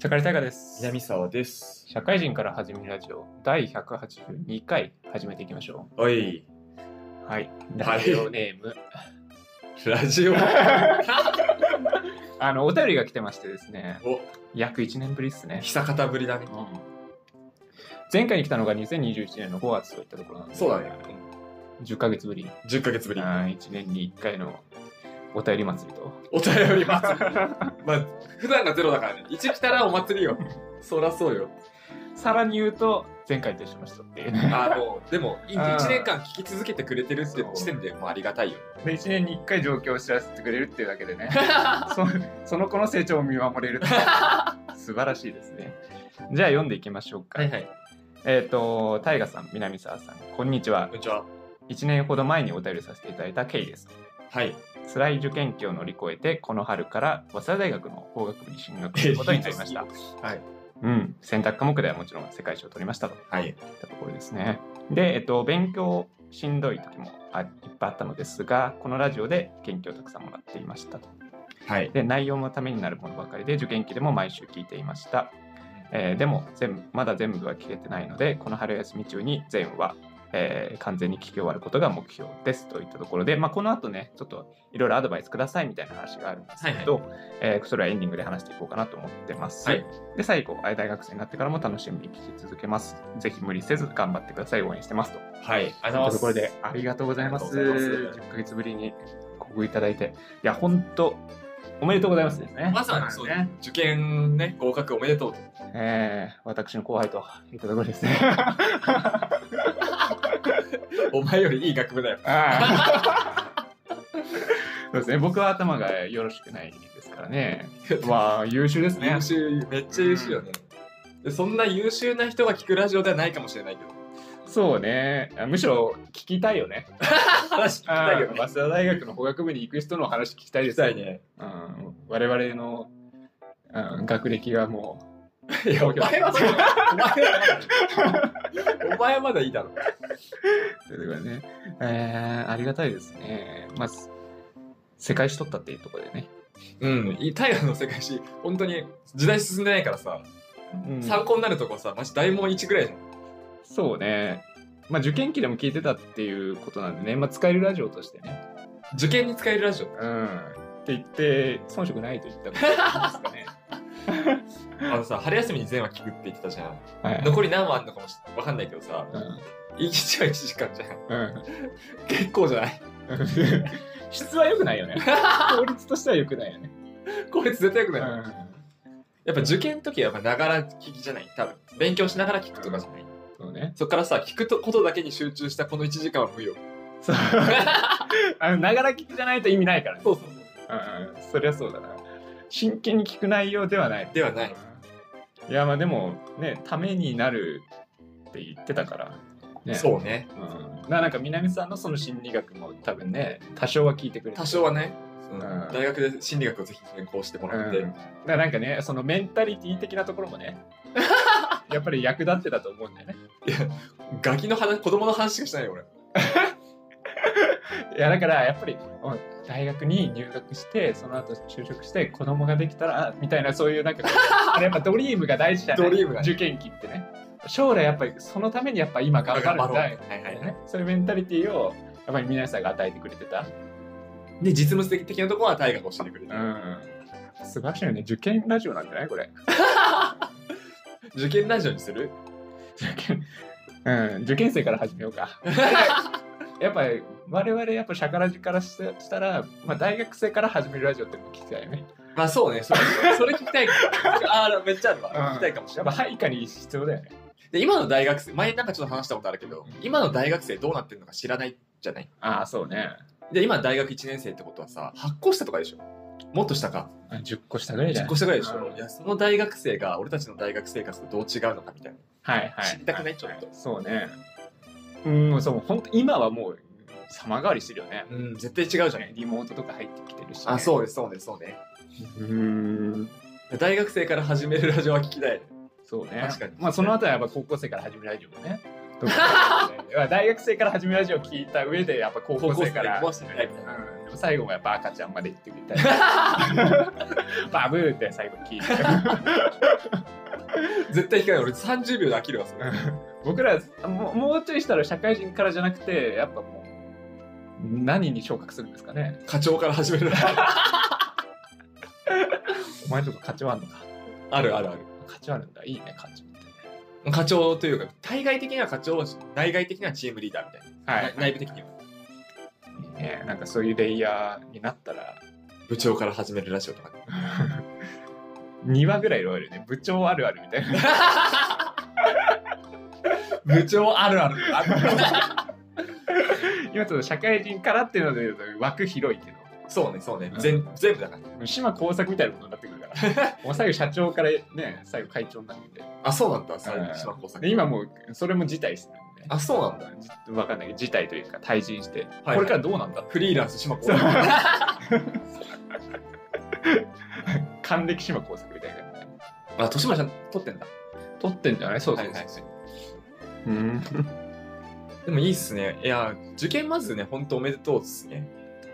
社会大河です。南沢です。社会人から始めるラジオ第182回始めていきましょおい、う。はい。ラジオネーム。ラ ジオ。あの、お便りが来てましてですね、お、約1年ぶりっすね。久方ぶりだね。前回に来たのが2021年の5月といったところなんで、そうだね。 10ヶ月ぶり。 10ヶ月ぶり。 1年に1回のお便り祭りと。お便り 祭り。まあ、普段がゼロだからね。一来たらお祭りよ。そらそうよ。 さらに言うと、前回と一緒の人っていうね。 あの、でも、いいねあー一年間聞き続けてくれてるって時点でもうありがたいよ。で1年に1回状況を知らせてくれるっていうだけで ねそその子の成長を見守れるっていう素晴らしいですねじゃあ読んでいきましょうか、はい。えっ、と大河さん南沢さんこんにちはこんにちは。 1年ほど前にお便りさせていただいたケイですはい。辛い受験期を乗り越えてこの春から早稲田大学の法学部に進学することになりましたはい。うん選択科目ではもちろん世界史を取りましたとはい。いったところですね。で、えっと、勉強しんどい時もあいっぱいあったのですが、このラジオで元気をたくさんもらっていましたと。はい。で、内容もためになるものばかりで、受験期でも毎週聞いていました。えーでも全部、まだ全部は聞けてないので、この春休み中に全話、えー完全に聞き終わることが目標ですといったところで、まあ、この後ね、ちょっといろいろアドバイスくださいみたいな話があるんですけど、えーそれはエンディングで話していこうかなと思ってます。はいで、最後、あ大学生になってからも楽しみに聞き続けます。ぜひ無理せず頑張ってください。応援してますと。はい。ありとがいうととこうごろざいでます。、ありがとうございます。ありがとうございます10ヶ月ぶりにご報告いただいて。いや、本当おめでとうございますですね。まずはね、そうね。。受験ね、合格おめでとう と。えー、私の後輩といったところですね。 お前よりいい学部だよ。あーそうですね、僕は頭がよろしくないですから ね。まあ、優秀ですね優。秀、めっちゃ優秀よね。でそんな優秀な人が聞くラジオではないかもしれないけど。そうね。むしろ聞きたいよね。話聞きたいようんね。早稲田大学の法学部に行く人の話聞きたいで聞きすよたいね。うん、我々の、うん、学歴はもいや、お前はまだ、 お前はまだ、お前はまだいいだろ。う、ということでね、えーありがたいですね。まず、世界史取ったっていうところでね。うん、いい大河の世界史、本当に時代進んでないからさ、うん参考になるとこさ、マジ大問1ぐらいじゃん。そうね。まあ、受験期でも聞いてたっていうことなんでね、まあ、使えるラジオとしてね。受験に使えるラジオ。うん。って言って、遜色ないと言ったことです かね。あのさ、春休みに全話聞くって言ってたじゃん。はい。残り何話あんのかもしわかんないけどさ、う1話1時間じゃん。ん。うん。結構じゃない質は良くないよね。効率としては良くないよ ね。これ絶対よくうない。ん。やっぱ受験の時はやっぱながら聞きじゃない。多分、勉強しながら聞くとかじゃない。そうね。そっからさ、聞くとことだけに集中したこの1時間は 無用。そう。あの、ながら聞きじゃないと意味ないからね。そうそうそう。うん、そりゃそうだな。真剣に聞く内容ではない。ではない。いや、まあでも、ね、ためになるって言ってたから。ね、う。そうね。うん、ななんか、南さんのその心理学も多分ね、多少は聞いてくれ てる多少はね、ん大学で心理学をぜひ専攻してもらって、うんだからなんかね、そのメンタリティ的なところも ね、やっぱり役立ってたと思うんだよね。ガキの話子供の話しかしないよ俺いや、だから、やっぱり、お大学に入学して、その後就職して、子供ができたら、みたいな、そういうなん か、あれやっぱドリームが大事じゃない ドリームがね受験期ってね。将来やっぱりそのためにやっぱ今頑張るんだよ、はいはいはいね、そういうメンタリティーをやっぱり皆さんが与えてくれてた、で実務的なところは大学を教えてくれる、ん、素晴らしいよね受験ラジオなんじゃないこれ受験ラジオにする受験うん受験生から始めよう かやっぱり我々やっぱシャカラジからしてしたら、まあ、大学生から始めるラジオっていうのも聞きたいよねまあそうねそれ それ聞きたいからああめっちゃあるわ、聞きたいかもしやれっぱない配下に必要だよねで今の大学生前なんかちょっと話したことあるけど今の大学生どうなってるのか知らないじゃないああそうねで今大学1年生ってことはさ8個下とかでしょもっと下かあ10個したぐらいじゃ10ない個下ぐらいでしうょんいやその大学生が俺たちの大学生活とどう違うのかみたいなはいはい知りたくないちょっとそうねうんそう本当今はもう様変わりしてるよねうん絶対違うじゃないリモートとか入ってきてるし、あそうですそうですそうねううん大学生から始めるラジオは聞きたいそうね確かにまあその後はやっぱ高校生から始めるラジオもねと かまあ大学生から始めるラジオを聞いた上でやっぱ高校生から高校生からうんでも最後もやっぱ赤ちゃんまで行ってみたい バブーって最後聞いて絶対聞かない俺30秒で飽きるわそれ 僕らもうもうちょいしたら社会人からじゃなくてやっぱもう何に昇格するんですかね課長から始めるお前ちょっと価値はあるのかあるあるある価値はあるんだいいね価値って課長というか対外的には課長内外的にはチームリーダーみたいな、はい内部的にはいいねなんかそういうレイヤーになったら部長から始めるラジオとか2話ぐらい言われるね部長あるあるみたいな 部長あるあるある今ちょっと社会人からっていうので言うと枠広いけどそうねそうね、うん全全部だから島工作みたいなことになってくるから もう最後社長からね最後会長になるんであそうなんだそううん島耕作で今もうそれも辞退してるんであそうなんだじわかんないけど辞退というか退陣して、はいこれからどうなんだってフリーランス島耕そう作還暦島工作みたいなあ豊島ちゃん撮ってんだ取ってんじゃないそうそうそう、はいはいはいうーんでもいいっすねいや受験まずね本当おめでとうっすね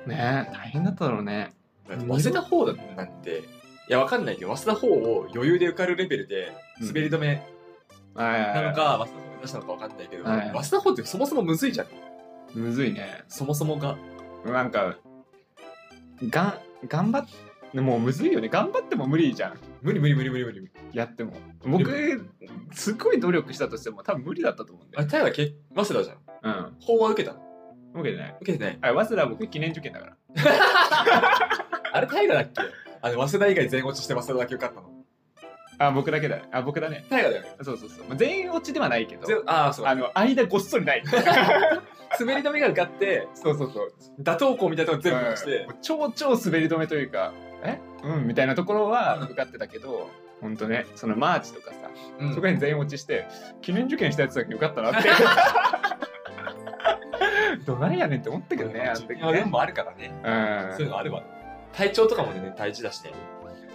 ねえ大変だっただろうねだって早稲田方だなんていやわかんないけど早稲田方を余裕で受かるレベルでうん滑り止めななのか、早稲田方を目指したのかわかんないけど、はい早稲田方ってそもそもむずいじゃんむずいねそもそもがなんかがん頑張ってもうむずいよね頑張っても無理じゃん無理無理無理無理無理無理やっても僕すごい努力したとしても多分無理だったと思うんだあよれタイはけ早稲田じうゃんん法は受けたわけじゃない受けてないあ早稲田は僕記念受験だからあれ平だっけあの早稲田以外全落ちして早稲田だけ受かったのあ僕だけだあ僕だね平だよねそうそうそう、まあ、全員落ちではないけどぜああそう あの間ごっそり ない滑り止めが受かってそうそうそう打倒校みたいなとこ全部落ちうてん超超滑り止めというかえうんみたいなところは受かってたけどほんとねそのマーチとかさ、うんそこに全員落ちして記念受験したやつだけ受かったなって どないやねんって思ったけどねあの時自分は運ねもあるからねそういうのあれば体調とかもね体事だしね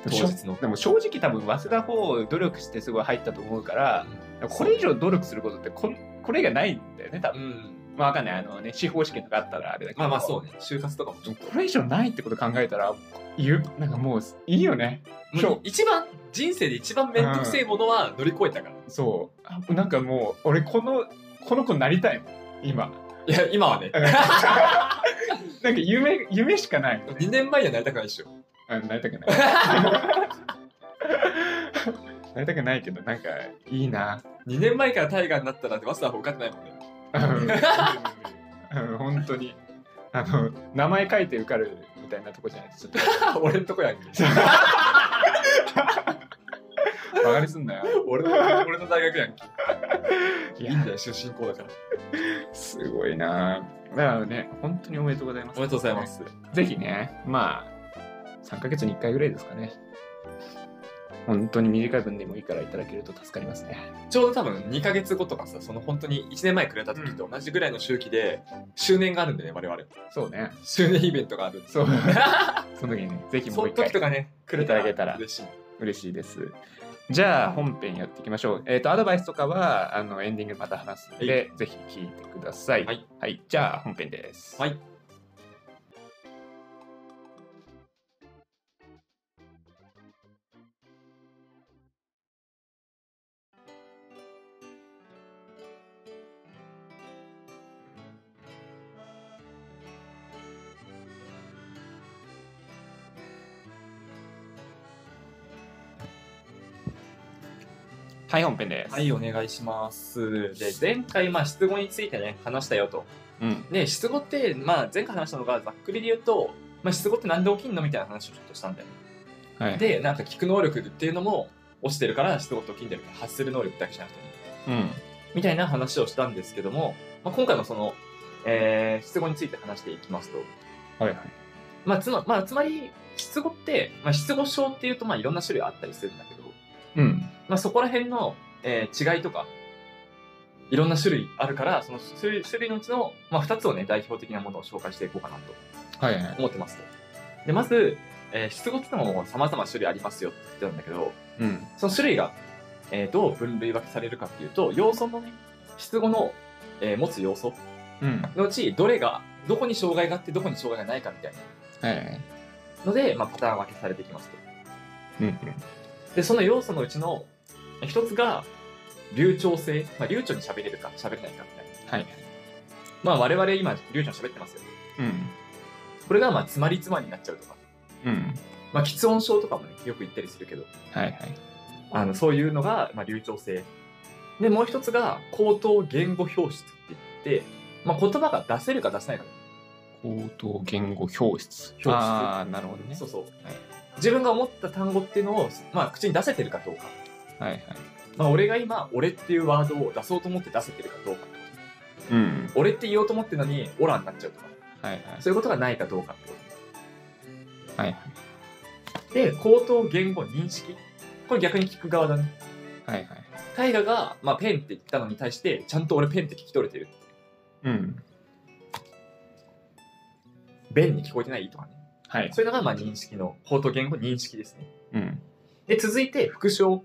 うん当日のでも正直多分早稲田方努力してすごい入ったと思うからこれ以上努力することってこんこれ以外ないんだよね多分うんまあわかんない、あのね、司法試験とかあったらあれだけど。まあまあそうね就活とかもちょっとこれ以上ないってこと考えたら、ゆなんかもういいよね。もう一番人生で一番面倒くせえものは乗り越えたから、そうあ。なんかもう、俺この、この子になりたいもん、今。いや今はねうんなんか夢、夢しかない。 2年前にはなりたくないっしょあなりたくない。 なりたくないけど、なんかいいな。 2年前からタイガーになったら早稲田方受かってないもんね うんうん、本当に。あの、名前書いて受かるみたいなとこじゃないです。ちょっと俺んとこやんけ。バカにすんなよ。俺の俺の大学やんけ。いいやいんだよ、出身校だから。すごいなぁだからね、本当におめでとうございます。おめでとうございます。ぜひね、まあ、3ヶ月に1回ぐらいですかね。本当に短い分でもいいからいただけると助かりますね。ちょうど多分2ヶ月後とかさ、その本当に1年前くれた時と同じぐらいの周期で、周年があるんだよね、我々。そうね。周年イベントがある。 そう。その時にね、ぜひもそうの一時回とかね、くれいただけたら嬉しい。嬉しいです。じゃあ、本編やっていきましょう。えっ、と、アドバイスとかは、あの、エンディングでまた話すので、ぜひ聞いてください。はい。じゃあ、本編です。はいはい、本編です。はい、お願いします。で、前回、まあ、失語についてね、話したよと。うん。で、失語って、まあ、前回話したのが、ざっくりで言うと、まあ、失語ってなんで起きんのみたいな話をちょっとしたんだよね。はい。で、なんか聞く能力っていうのも落ちてるから、失語って起きんだよ。発する能力だけじゃなくてね。うん。みたいな話をしたんですけども、まあ、今回のその、えー失語について話していきますと、はいはい。まあつままあ、つまり失語って、まあ、失語症っていうとまあいろんな種類あったりするんだけど、うん。まあ、そこら辺の、えー違いとかいろんな種類あるからその種類種類のうちの、まあ、2つをね代表的なものを紹介していこうかなとはいはい。思ってますとでまず、えー失語ってのもさまざま種類ありますよって言ってたんだけどうん。その種類が、えーどう分類分けされるかっていうと要素のね失語の、えー持つ要素うん。のうちどれがどこに障害があってどこに障害がないかみたいなえので、まあ、パターン分けされていきますとえうんでその要素のうちの一つが流暢性、まあ、流暢に喋れるか喋れないかみたいなはい。まあ我々今流暢に喋ってますようん。これがまあつまりつまりになっちゃうとか、うん。まあ、喫音症とかもねよく言ったりするけどはいはい。あのそういうのが、まあ、流暢性でもう一つが口頭言語表出って言って、まあ、言葉が出せるか出せないか口頭言語表出。出ああ、なるほどね。そうそう、はい自分が思った単語っていうのを、まあ、口に出せてるかどうか、はいはい。まあ、俺が今「俺」っていうワードを出そうと思って出せてるかどうかうん。俺って言おうと思ってるのに「オラ」になっちゃうとかはいはい。そういうことがないかどうかってこはいとで口頭言語認識これ逆に聞く側だねはいはい。大我が、まあ、ペンって言ったのに対してちゃんと俺ペンって聞き取れてるうん。弁に聞こえてないとかねはい。そういうのがまあ認識の口頭言語認識ですねうん。で続いて復唱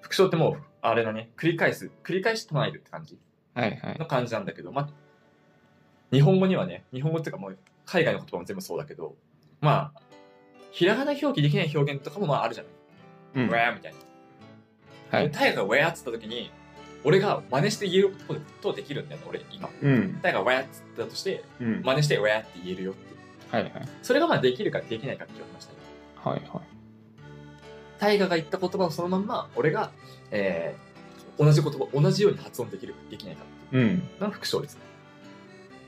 復唱ってもうあれだね繰り返す繰り返し唱えるって感じはいはい。の感じなんだけどまあ日本語にはね日本語っていうかもう海外の言葉も全部そうだけどまあひらがな表記できない表現とかもまああるじゃない、うんウェアみたいなはでい。タイガがウェアっつった時に俺が真似して言えることできるんだよね俺今うん。タイガがウェアっつったとしてうん。真似してウェアって言えるよってはいはい。それがまあできるかできないかって言われましたねはいはタイガが言った言葉をそのまんま俺が、えー同じ言葉同じように発音できるかできないかってい。うん。いうのが副賞ですね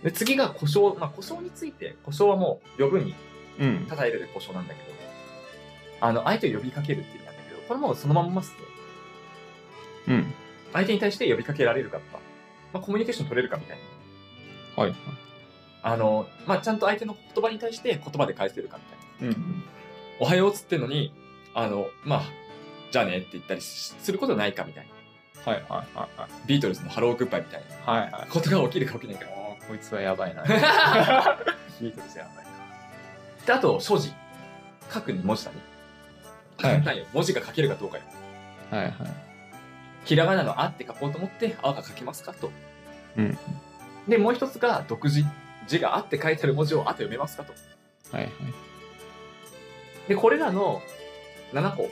で次が故障、まあ、故障について故障はもう余分にうん。叩いるで故障なんだけどあの相手を呼びかけるっていう意味なんだけどこれもそのまんまっすねうん。相手に対して呼びかけられるかとか、まあ、コミュニケーション取れるかみたいなはいはい。あの、まあ、ちゃんと相手の言葉に対して言葉で返せるかみたいなうん。おはようっつってんのにあのまあじゃあねって言ったりしすることないかみたいなはいはいはいはい。ビートルズのハローグッバイみたいなはいはい。ことが起きるか起きないか。こいつはやばい な。ビートルズやばいで、あと、所持。書くに文字だね。はい簡単よ。文字が書けるかどうかよ。な。はいはい。ひらがなのあって書こうと思って、あが書けますかと。うん。で、もう一つが独自。字があって書いてある文字をあと読めますかと。はいはい。で、これらの7個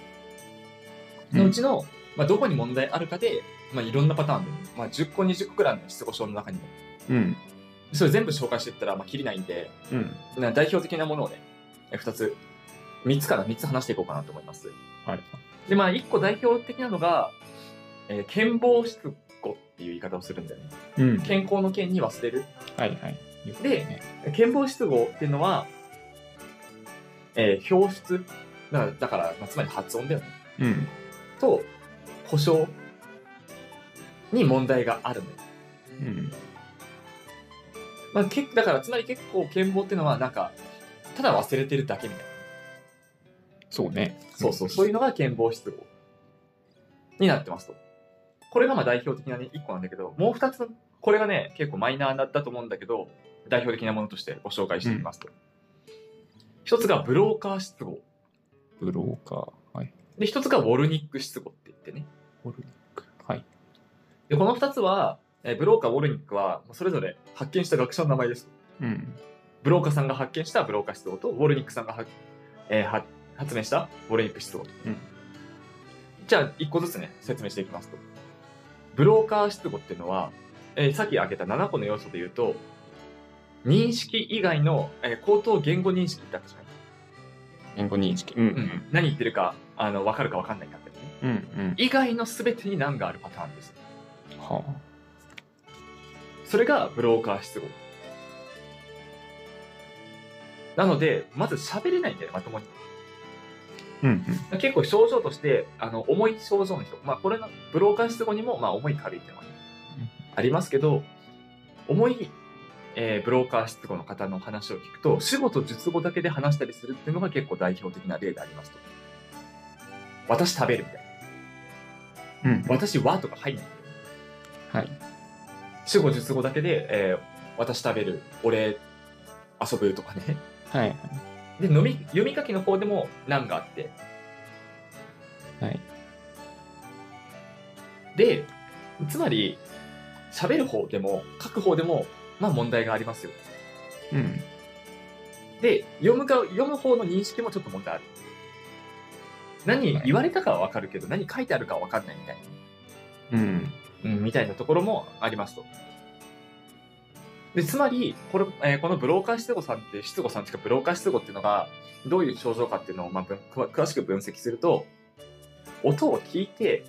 のうちの、まあ、どこに問題あるかで、まあ、いろんなパターンで、まあ、10個、20個くらいの失語症の中にも。うん。それ全部紹介していったら、まあ、きりないんで、うん。な代表的なものをね、2つ、3つから3つ話していこうかなと思います。はい。で、まあ、一個代表的なのが、えー健忘失語っていう言い方をするんだよね。うん。健康の健に忘れる。はいはい。で、健忘失語っていうのは、えー表出。だから、だからまあつまり発音だよね。うん。と、故障に問題があるのよ。うん。まあ、けだから、つまり結構健忘っていうのは、なんか、ただ忘れてるだけみたいな。そうね。そうそう、そういうのが健忘失語になってますと。これがまあ代表的なね、1個なんだけど、もう2つ、これがね、結構マイナーだったと思うんだけど、代表的なものとしてご紹介していきますと。一つがブローカー失語。ブローカー。はい。で、一つがウォルニック失語って言ってね。ホルニック。はい。で、この2つは、えーブローカー、ウォルニックは、それぞれ発見した学者の名前です。うん。ブローカーさんが発見したブローカー失語と、ウォルニックさんがは、えーは発明したウォルニック失語と。うんじゃあ、一個ずつね、説明していきますと。ブローカー失語っていうのは、えーさっき挙げた7個の要素で言うと、認識以外の、えー口頭言語認識だったじゃない、言語認識。うん。何言ってるか、あの、わかるかわかんないかってね。うん。うん。以外の全てに難があるパターンです。はそれがブローカー失語。なので、まず喋れないんだよね、まともに。あ。うん。結構症状としてあの重い症状の人、まあ、これのブローカー失語にも、まあ、重い軽いっていうのがねうんありますけど重い、えーブローカー失語の方の話を聞くと主語と述語だけで話したりするっていうのが結構代表的な例でありますと私食べるみたいなうん。うん。私はとか入んないはい。主語述語だけで、えー私食べる俺遊ぶとかねはい。で飲み読み書きの方でも難があってはい。でつまり、喋る方でも書く方でも、まあ問題がありますよ。うん。で、読むか、読む方の認識もちょっと問題ある。何はい言われたかはわかるけど、何書いてあるかはわかんないみたいうん。な、うん、みたいなところもありますと。で、つまり、これ、えーこのブローカー失語さんって、失語さんっていうか、ブローカー失語っていうのが、どういう症状かっていうのを、まあ、ぶん詳詳しく分析すると、音を聞いて、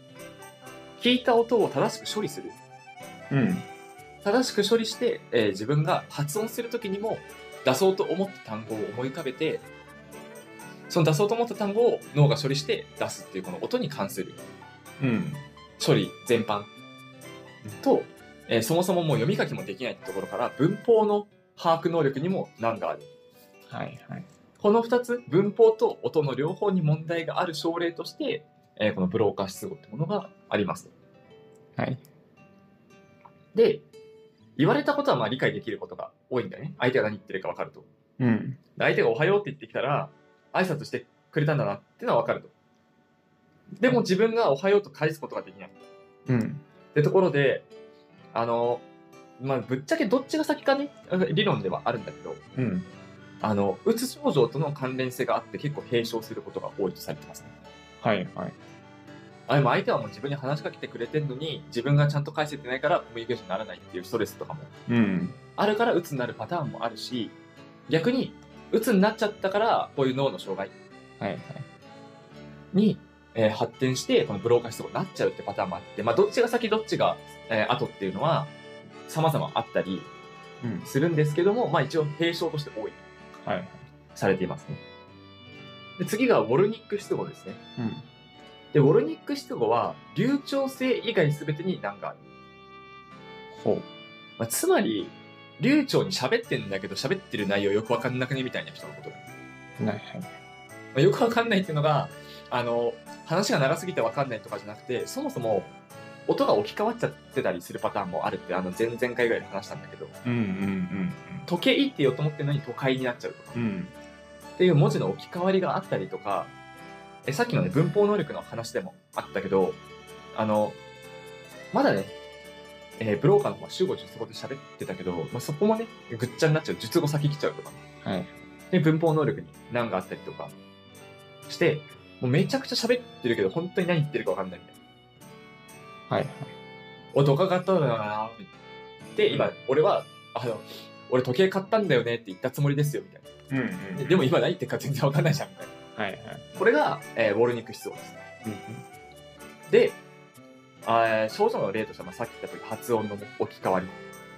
聞いた音を正しく処理する。うん。正しく処理して、えー自分が発音するときにも出そうと思った単語を思い浮かべてその出そうと思った単語を脳が処理して出すっていうこの音に関するうん。処理全般と、えーそもそももう読み書きもできないってところから文法の把握能力にも難があるはいはい。この2つ文法と音の両方に問題がある症例として、えーこのブローカー失語ってものがありますはい。で言われたことはまあ理解できることが多いんだよね相手が何言ってるか分かるとうん。で相手が「おはよう」って言ってきたら挨拶してくれたんだなってのは分かるとでも自分が「おはよう」と返すことができないっうん。てところであのまあぶっちゃけどっちが先かね 理論ではあるんだけどうん。あのうつ症状との関連性があって結構併症することが多いとされてますねはいはい。あでも相手はもう自分に話しかけてくれてるのに自分がちゃんと返せてないからコミュニケーションにならないっていうストレスとかもうん。あるから鬱になるパターンもあるし逆に鬱になっちゃったからこういう脳の障害はいはい。に、えー発展してこのブローカー失語になっちゃうってパターンもあって、まあ、どっちが先どっちが、えー後っていうのは様々あったりうん。するんですけども、まあ、一応併症として多いはいはい。されていますねで次がウォルニック失語ですねうん。でウォルニック失語は流暢性以外全てに難がある、ほう。まあ、つまり流暢に喋ってんだけど喋ってる内容よくわかんなくねみたいな人のこと、まはいはい。あ、よくわかんないっていうのがあの話が長すぎてわかんないとかじゃなくてそもそも音が置き換わっちゃってたりするパターンもあるってあの前々回ぐらいで話したんだけどうんうん時計って言おうと思ってるのに都会になっちゃうとかうんうん。うん。っていう文字の置き換わりがあったりとかえさっきのね文法能力の話でもあったけどあのまだね、えーブローカーの方は主語述語で喋ってたけど、まあ、そこもねぐっちゃになっちゃう述語先来ちゃうとかはい。で文法能力に難があったりとかしてもうめちゃくちゃ喋ってるけど本当に何言ってるか分かんないみたいなはいはい。音かかったんだよなみたいなで今俺はあの俺時計買ったんだよねって言ったつもりですよみたいなうんででも今何言ってるか全然分かんないじゃんみたいなはいはい。これが、えーウォルニック失語ですうんで、あー症状の例としては、まあ、さっき言った通り発音の置き換わり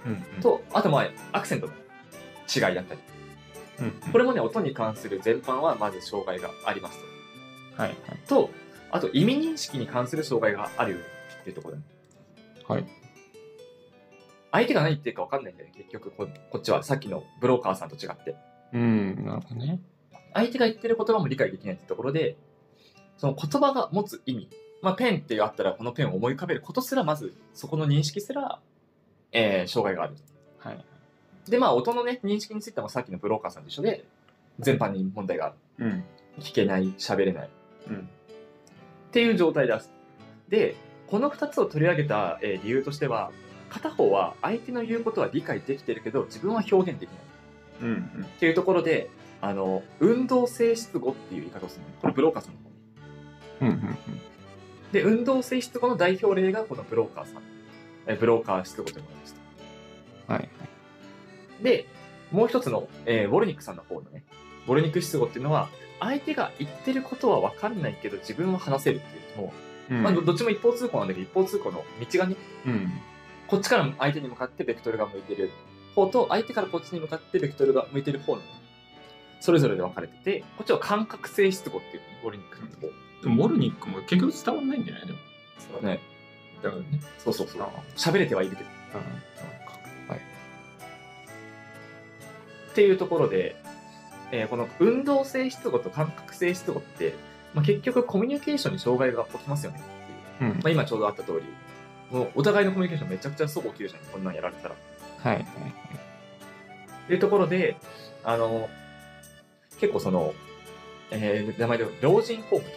うんうん。と、あとまあアクセントの違いだったり、うんこれもね、音に関する全般はまず障害がありますはいはい。と。と、あと意味認識に関する障害があるよねっていうところだね。はい。相手が何言ってるか分かんないんだよね、結局こ、こっちはさっきのブローカーさんと違って。うん。なるほどね。相手が言ってる言葉も理解できないってところで、その言葉が持つ意味、まあ、ペンってあったらこのペンを思い浮かべることすら、まずそこの認識すら、えー障害がある。はい。で、まあ、音のね、認識についてもさっきのブローカーさんと一緒で、全般に問題がある。うん。聞けない、喋れない。っうん。ていう状態です。で、この2つを取り上げた、えー理由としては、片方は相手の言うことは理解できてるけど、自分は表現できない。うんうん。っていうところで、あの、運動性質語っていう言い方をするのね。これブローカーさんの方うんうんで、運動性質語の代表例がこのブローカーさん。えブローカー質語というものでした。うん。はい。で、もう一つの、えーウォルニックさんの方のね、ウォルニック質語っていうのは、相手が言ってることは分かんないけど、自分は話せるっていう、もうう、んまあ、どどっちも一方通行なんだけど、一方通行の道がね、うん。こっちから相手に向かってベクトルが向いてる方と、相手からこっちに向かってベクトルが向いてる方の、それぞれで分かれてて、こっちは感覚性質語っていう、ウォルニックさんの方。でも、モルニックも結局伝わんないんじゃないでも。そうね。だからね。そうそうそあう。喋れてはいるけど。あ。うん。はい。っていうところで、えーこの運動性失語と感覚性失語って、まあ、結局コミュニケーションに障害が起きますよねっていう、うんまあ、今ちょうどあった通りもうお互いのコミュニケーションめちゃくちゃそご起きるじゃんこんなんやられたらっはいはい。ていうところであの結構その、えー名前で老人ホームとか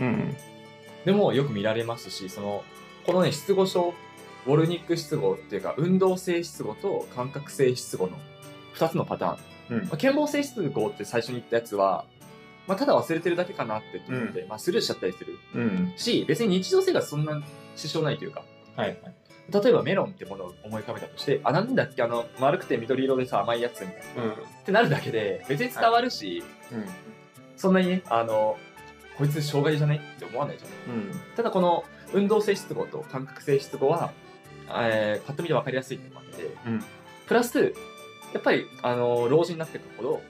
うん。でもよく見られますしそのこのね、失語症、ウォルニック失語っていうか、運動性失語と感覚性失語の2つのパターン。うんまあ、健忘性失語って最初に言ったやつは、まあ、ただ忘れてるだけかなって思って、まあ、スルーしちゃったりするうんし、別に日常生活そんな支障ないというか、はいはい例えばメロンってものを思い浮かべたとして、あ、なんだっけ、あの、丸くて緑色でさ、甘いやつみたいな。ってなるだけで、別に伝わるし、うんうんそんなにね、あの、こいつ障害じゃないって思わないじゃん。ただこの運動性質語と感覚性質語は、えー、パッと見で分かりやすいってのもあって、うんプラスやっぱり、あの老人になってくるほど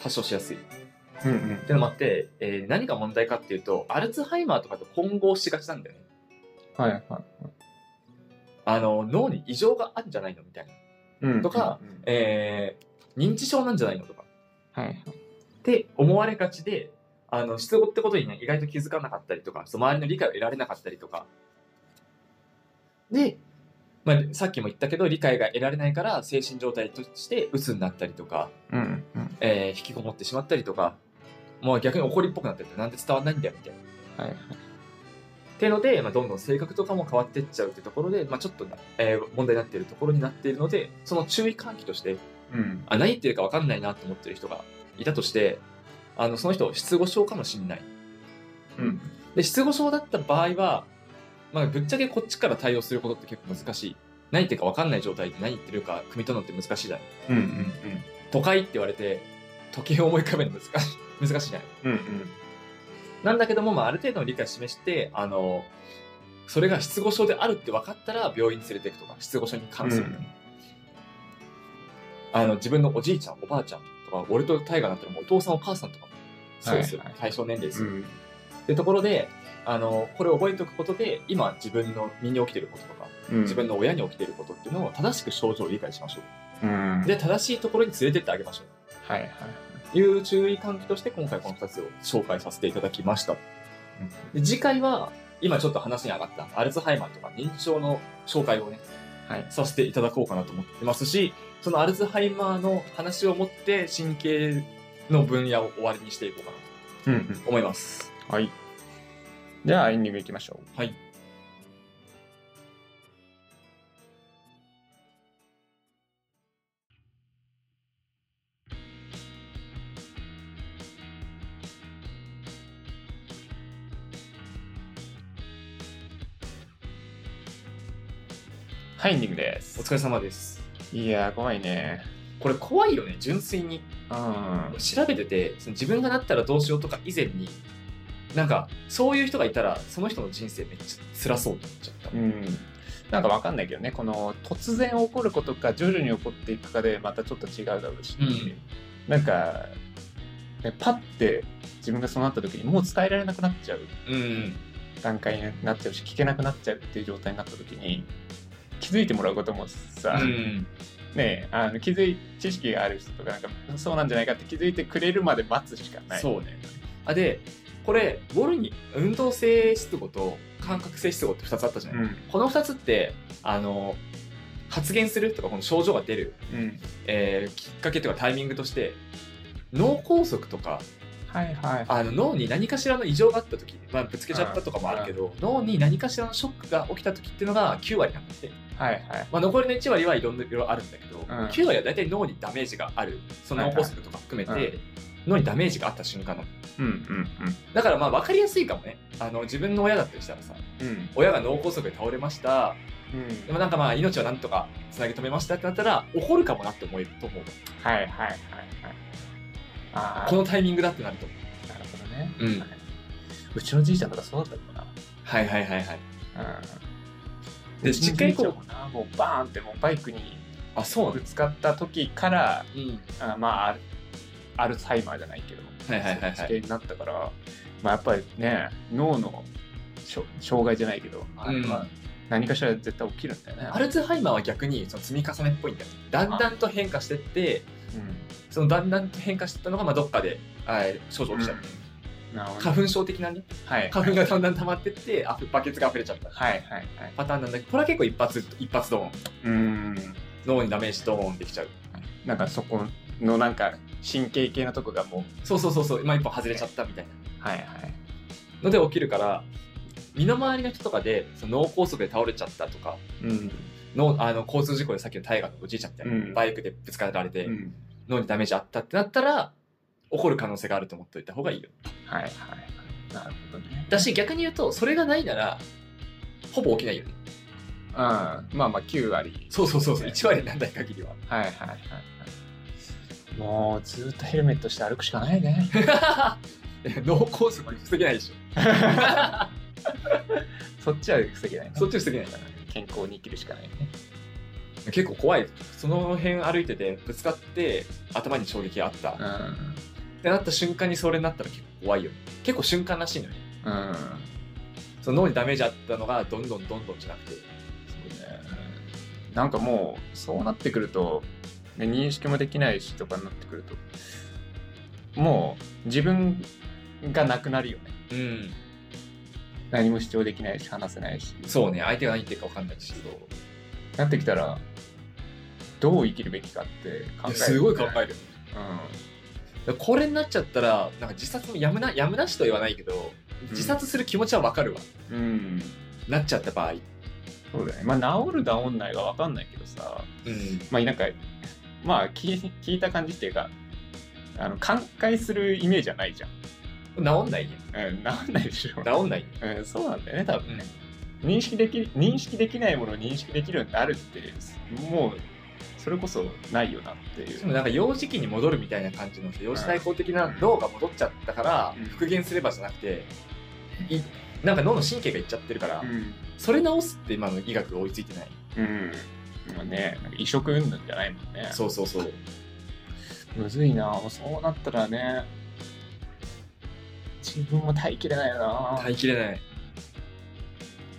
発症しやすいっうてんうんいうのもあって、えー何が問題かっていうとアルツハイマーとかと混合しがちなんだよねはいはいあの脳に異常があるんじゃないのみたいな、うんとかうんえー認知症なんじゃないのとかはいはいって思われがちであの失語ってことにね意外と気づかなかったりとかその周りの理解を得られなかったりとかで、まあ、さっきも言ったけど理解が得られないから精神状態として鬱になったりとか、うんうんえー引きこもってしまったりとかもう逆に怒りっぽくなったりとかなんで伝わんないんだよみたいな。はいはいっていうので、まあ、どんどん性格とかも変わっていっちゃうってところで、まあ、ちょっとね、えー問題になっているところになっているのでその注意喚起としてうんあ何言ってるか分かんないなと思ってる人がいたとしてあのその人失語症かもしんないうんで失語症だった場合は、まあ、ぶっちゃけこっちから対応することって結構難しい何言ってるか分かんない状態で何言ってるか汲み取るのって難しいだろうん都会って言われて時計を思い浮かべるの難しい難しいじゃないうんうんうんなんだけども、まあ、ある程度の理解を示してあのそれが失語症であるって分かったら病院に連れていくとか失語症に関する、うんあの自分のおじいちゃんおばあちゃんとか俺と大我だったらもうお父さんお母さんとかもそうですよ、はいはい対象年齢ですうよ、んってところであのこれを覚えておくことで今自分の身に起きてることとかうん自分の親に起きていることっていうのを正しく症状を理解しましょうんう。で、正しいところに連れてってあげましょう。はいはいという注意喚起として今回この2つを紹介させていただきました。で次回は、今ちょっと話に上がったアルツハイマーとか認知症の紹介をね、はいさせていただこうかなと思ってますし、そのアルツハイマーの話をもって神経の分野を終わりにしていこうかなうんうんと思います。はいじゃあエンディングいきましょうはい。はいエンディングでおす疲れ様です。いやー怖いねこれ怖いよね、純粋に。うん調べててその自分がなったらどうしようとか以前になんかそういう人がいたらその人の人生めっちゃ辛そうって思っちゃった、うんなんかわかんないけどねこの突然起こることか徐々に起こっていくかでまたちょっと違うだろうし、うんなんか、ね、パッて自分がそうなった時にもう伝えられなくなっちゃううん段階になっちゃうし聞けなくなっちゃうっていう状態になった時に気づいてもらうこともさ、うんねあの気づい知識がある人とかなんかそうなんじゃないかって気づいてくれるまで待つしかない。そうねあでこれボルに運動性失語と感覚性失語って2つあったじゃうない、んこの2つってあの発言するとかこの症状が出る、うん、えーきっかけとかタイミングとして脳梗塞とかはいはい。あの脳に何かしらの異常があった時、まあ、ぶつけちゃったとかもあるけど、脳に何かしらのショックが起きた時っていうのが9割なんだって、はいはい。まあ、残りの1割はいろんないろいろあるんだけど、ん9割は大体脳にダメージがあるその脳梗塞とか含めて、はいはいうん脳にダメージがあった瞬間のうんうんだからまあ分かりやすいかもねあの自分の親だったりしたらさうん。うん親が脳梗塞で倒れましたうんでもなんかまあ命をなんとかつなぎ止めましたってなったら怒るかもなって思えると思うはいはいはいはい。ああ、このタイミングだってなると思うなるほどね。うんはいうちのじいちゃんとかそうだったのかはいはいはいはいな。うん。でうちの実家以じいちゃ降んもな、もうバーンってもうバイクにあそうなんぶだつかった時から、うんあまあアル、アルツハイマーじゃないけど、はいはいはいはいそうう治験になったから、まあやっぱりね、脳のしょ障害じゃないけど、まあうんまあ何かしら絶対起きるんだよね。アルツハイマーは逆にその積み重ねっぽいんだよだんだんと変化してってそのだんだんと変化してったのがまあどっかではい症状起きちゃう、うん。なるほど。花粉症的なねはい。花粉がだんだん溜まってってあバケツが溢れちゃったはいはいはい。パターンなんだけどこれは結構一発一発ドーンうん。脳にダメージドーンできちゃうなんかそこのなんか神経系のとこがもう、そうそうそうそう今一本外れちゃったみたいなはいはい。ので起きるから身の回りの人とかでその脳梗塞で倒れちゃったとかうん脳あの交通事故でさっきの大河のおじいちゃんみたいな、うんバイクでぶつかられて、うん脳にダメージあったってなったら起こる可能性があると思っておいた方がいいよはいはいなるほどねだし逆に言うとそれがないならほぼ起きないよねうんまあまあ9割そうそうそうそう1割にならない限 りははいはいはいはいもうずっとヘルメットして歩くしかないねいや脳梗塞は防げないでし ょ そっちは防げないなそっちは防げないか健康に生きるしかないねら結構怖いその辺歩いててぶつかって頭に衝撃があった、うっんてなった瞬間にそれになったら結構怖いよね結構瞬間らしいのよねうんその脳にダメージあったのがどんどんどんどんじゃなくてそうねなんかもうそうなってくると、ね、認識もできないしとかになってくるともう自分がなくなるよねうん何も主張できないし話せないしそうね相手が何言ってるか分かんないしなってきたらどう生きるべきかって考えるすごい考えるようだからこれになっちゃったらなんか自殺もやむなやむなしとは言わないけど自殺する気持ちは分かるわ、ん、うん、なっちゃった場合、そうだねまあ治る治んないが分かんないけどさうん、まあなんかまあ聞い聞いた感じっていうかあの寛解するイメージはないじゃん、治んないねうん、治んないでしょ、治んないね、うん、そうなんだよね多分うん、認識でき認識できないものを認識できるようになるってもうそれこそないよなっていでもう、なんか幼児期に戻るみたいな感じの幼児対抗的な脳が戻っちゃったからうん復元すればじゃなくていなんか脳の神経がいっちゃってるからうんそれ直すって今の医学が追いついてないうんまあね、なんか移植うんぬんじゃないもんねそうそうそうむずいなもうそうなったらね自分も耐えきれないよな耐えきれないだか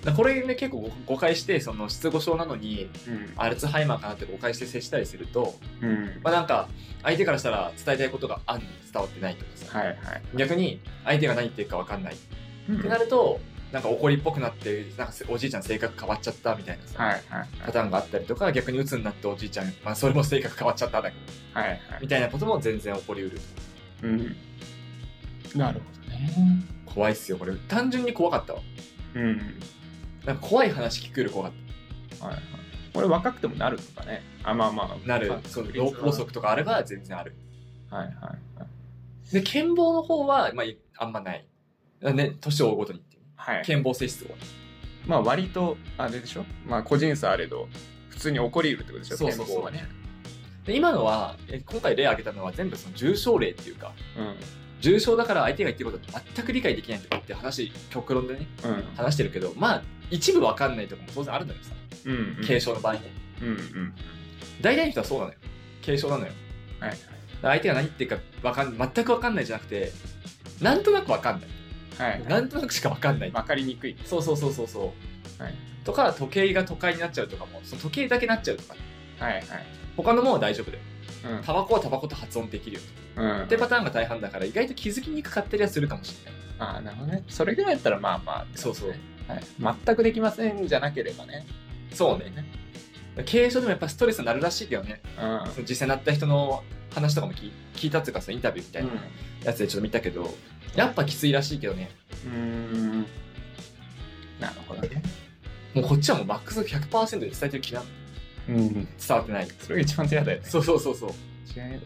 らこれね結構誤解してその失語症なのにうんアルツハイマーかなって誤解して接したりすると、うんまあ、なんか相手からしたら伝えたいことがあんに伝わってないとかさはいはい逆に相手が何言ってるか分かんないってなるとなんか怒りっぽくなってなんかおじいちゃん性格変わっちゃったみたいなさ、はいはいパターンがあったりとか逆に鬱になっておじいちゃん、まあ、それも性格変わっちゃったんだけどはいはいみたいなことも全然起こりうるうんなるほどね怖いっすよこれ単純に怖かったわうんなんか怖い話聞くより怖かっはいはいこれ若くてもなるとかねあまあまあたなるまあそう確率脳は梗塞とかあれば全然あるはいはいはいで健忘の方は、まあい、あんまないね年を追うごとにっていうはい健忘性質がまあ割とあれでしょまあ個人差あれど普通に起こりうるってことでしょそうそうそう健康はねで今のはえ今回例挙げたのは全部その重症例っていうか重症だから相手が言ってることは全く理解できないとかって話極論でねうん話してるけどまあ一部わかんないとかも当然あるのよさうんうん軽症の場合ねうんうん大体の人はそうなのよ軽症なのよはいはい相手が何言ってるかわかん全く分かんないじゃなくてなんとなく分かんない、はいはいなんとなくしか分かんない、わかりにくいそうそうそうそうそう、はいとか時計が都会になっちゃうとかもその時計だけなっちゃうとかはいはい他のものは大丈夫だようんタバコはタバコと発音できるようんってパターンが大半だから意外と気づきにくかったりはするかもしれないああなるほどねそれぐらいだったらまあまあそうそうはい、全くできませんじゃなければねそうね軽症でもやっぱストレスになるらしいけどねうんうんその実際なった人の話とかも聞い聞いたっていうかそのインタビューみたいなやつでちょっと見たけどやっぱきついらしいけどねうんなるほどねもうこっちはもうマックス100%で伝えてる気なのうん伝わってないそれが一番手嫌だよねそうそうそうそう違いだよね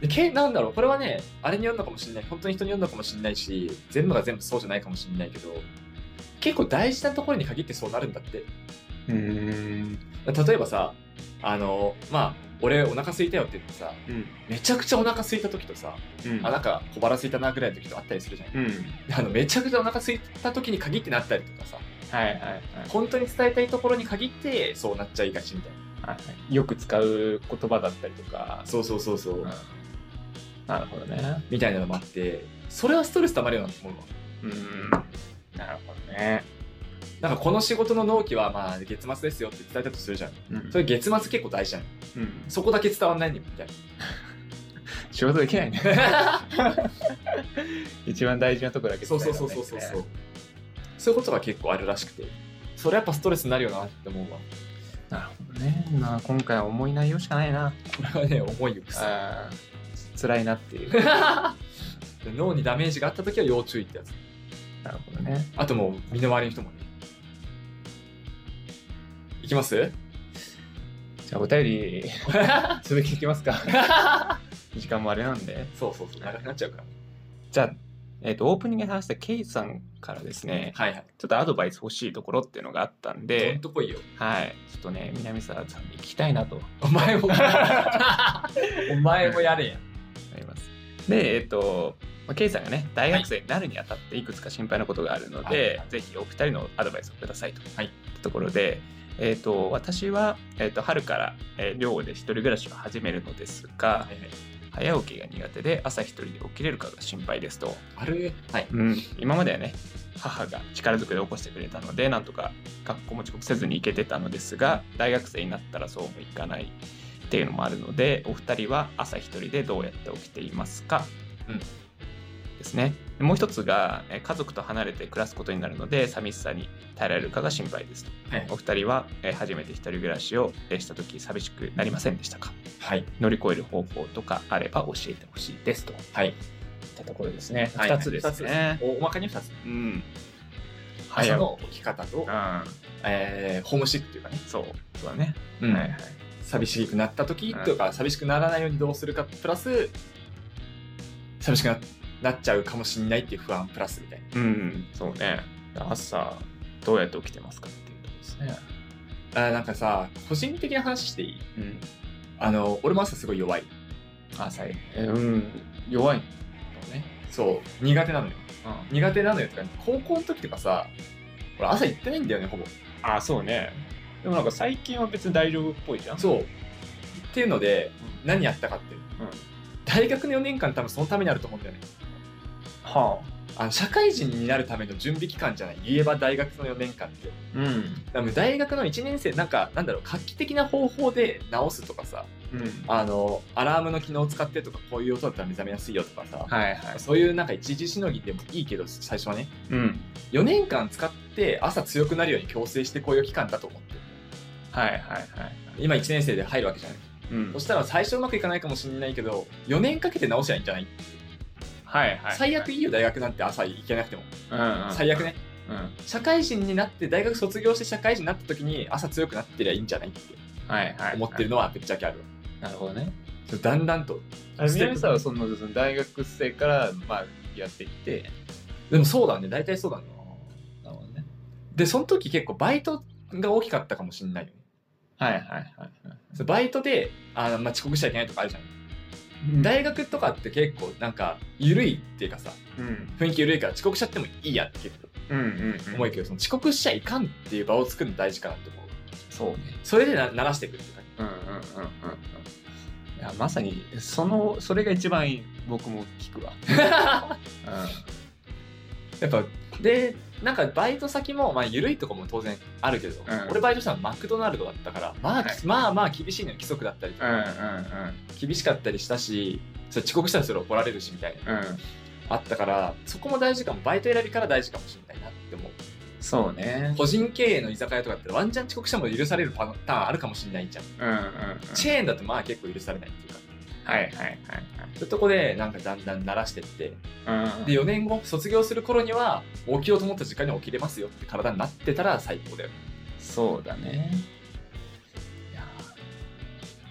でけなんだろうこれはねあれによるのかもしれない本当に人によるのかもしれないし全部が全部そうじゃないかもしれないけど結構大事なところに限ってそうなるんだってうん例えばさあのまあ俺お腹空いたよって言ってさうんめちゃくちゃお腹空いた時とさ、うんあなんか小腹空いたなぐらいの時とあったりするじゃないうんあのめちゃくちゃお腹空いた時に限ってなったりとかさはいはいはい本当に伝えたいところに限ってそうなっちゃいがちみたいなはいよく使う言葉だったりとかそうそうそうそう、なるほどね。みたいなのもあってそれはストレス溜まるようなと思うわうん。なるほどね。なんかこの仕事の納期はまあ月末ですよって伝えたとするじゃんうんそれ月末結構大事じゃんうん、そこだけ伝わんないんだよみたい仕事でき ないね。な一番大事なとこだけそ伝うえらそれうないね、そうそうそうそうそういうことが結構あるらしくてそれやっぱストレスになるよなって思うわなるほどね。まあ今回は重い内容しかないな。これはね重いよあ ー辛いなっていう。脳にダメージがあった時は要注意ってやつなるほどね。あともう身の回りの人もねいきますじゃあお便り 続きいきますか。時間もあれなんで。そうそうそう長くなっちゃうからじゃあ、えっとオープニングで話したケイさんからですね、はいはいちょっとアドバイス欲しいところっていうのがあったんほんで、と来いよはい、ちょっとね、南沢さんに聞きたいなとお前 もお前もやれやなります。で、えっと、まあケイさんがね、大学生になるにあたっていくつか心配なことがあるので、はいぜひお二人のアドバイスをくださいと、はいってところで、えっと私は、えっと春から、えー寮で一人暮らしを始めるのですがはいはい早起きが苦手で朝一人で起きれるかが心配ですと、あれはいうん、今まではね母が力づくで起こしてくれたのでなんとか学校も遅刻せずに行けてたのですが大学生になったらそうもいかないっていうのもあるのでお二人は朝一人でどうやって起きていますか、うんですねでもう一つがえ家族と離れて暮らすことになるので寂しさに耐えられるかが心配ですとはいお二人はえ初めて一人暮らしをえした時寂しくなりませんでしたかはい乗り越える方法とかあれば教えてほしいですといっはいたところですね、はい二つですねおおまかに2つうん。朝うの起き方と、ん。えー、ホームシックというかね、そう。そうだね。うんはいはい。寂しくなった時とか、寂しくならないようにどうするかプラス寂しくななっちゃうかもしれないっていう不安プラスみたいうん。そうね。朝、どうやって起きてますかっていうとこですね。なあーなんかさ個人的な話していいうん。あの俺も朝すごい弱い朝、えーうん。弱いのね。そう苦手なのようん。苦手なのよとか高校の時とかさ俺朝行ってないんだよねほぼあ、そうね。でもなんか最近は別に大丈夫っぽいじゃん。そうっていうので何やったかって、大学の4年間多分そのためにあると思うんだよねはあの社会人になるための準備期間じゃない言えば大学の4年間ってあ。うん。でも大学の1年生なんかなんだろう画期的な方法で直すとかさうん。あのアラームの機能を使ってとかこういう音だったら目覚めやすいよとかさ、はいはい。そういうなんか一時しのぎでもいいけど最初はねうん。 4年間使って朝強くなるように強制してこういう期間だと思ってはいはいはい。今1年生で入るわけじゃないうんそしたら最初うまくいかないかもしれないけど4年かけて直しゃいいんじゃない、はいはい。最悪いいよ大学なんて朝行けなくても、うんうん。最悪ねうん。社会人になって大学卒業して社会人になった時に朝強くなってりゃいいんじゃないってはいはい。思ってる。のはぶっちゃけあるわなるほどね。ちょっとだんだんとあれ南沢はそのその大学生から、まあ、やっていって。でもそうだね大体そうだねなるほどね。でその時結構バイトが大きかったかもしれないよねはいはいはいはい。そうバイトであの、まあ、遅刻しちゃいけないとかあるじゃん、大学とかって結構なんか緩いっていうかさうん雰囲気緩いから遅刻しちゃってもいいやって結構うんうんうん思うけど、その遅刻しちゃいかんっていう場を作るの大事かなって思うそうねそれでな慣らしていくっていううかんうんうんうんうんいやまさにそのそれが一番いい僕も聞 くわ、やっぱでなんかバイト先も、まあ、緩いとこも当然あるけうど、ん俺バイトしたのマクドナルドだったから、まはあいまあまあ厳しいのよ規則だったりとうん、かうん厳しかったりしたしそれ遅刻したらそれ怒られるしみたいなうんうんあったからそこも大事かもバイト選びから大事かもしれないなって思うそうね個人経営の居酒屋とかってワンチャン遅刻しても許されるパターンあるかもしれないじゃん、うんうんうんチェーンだとまあ結構許されないっていうかはいはいはいそういうとこでなんかだんだん慣らしてってはいうんで4年後卒業する頃には起きようと思った時間に起きれますよって体になってたら最高だよそうだねいや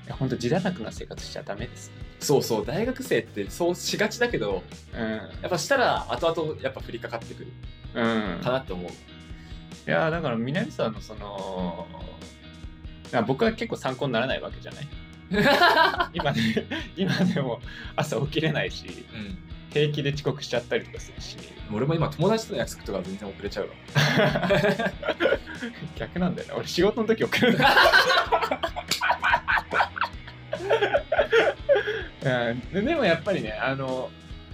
ーいや本当自堕落な生活しちゃダメですそうそう大学生ってそうしがちだけどうんやっぱしたら後々やっぱ降りかかってくるうんかなって思う、いやーだから南さんのそのいや僕は結構参考にならないわけじゃない今ね今でも朝起きれないしう平気で遅刻しちゃったりとかするしん、俺も今友達との約束とか全然遅れちゃうわ逆なんだよね俺仕事の時遅れるうんででもやっぱりねあの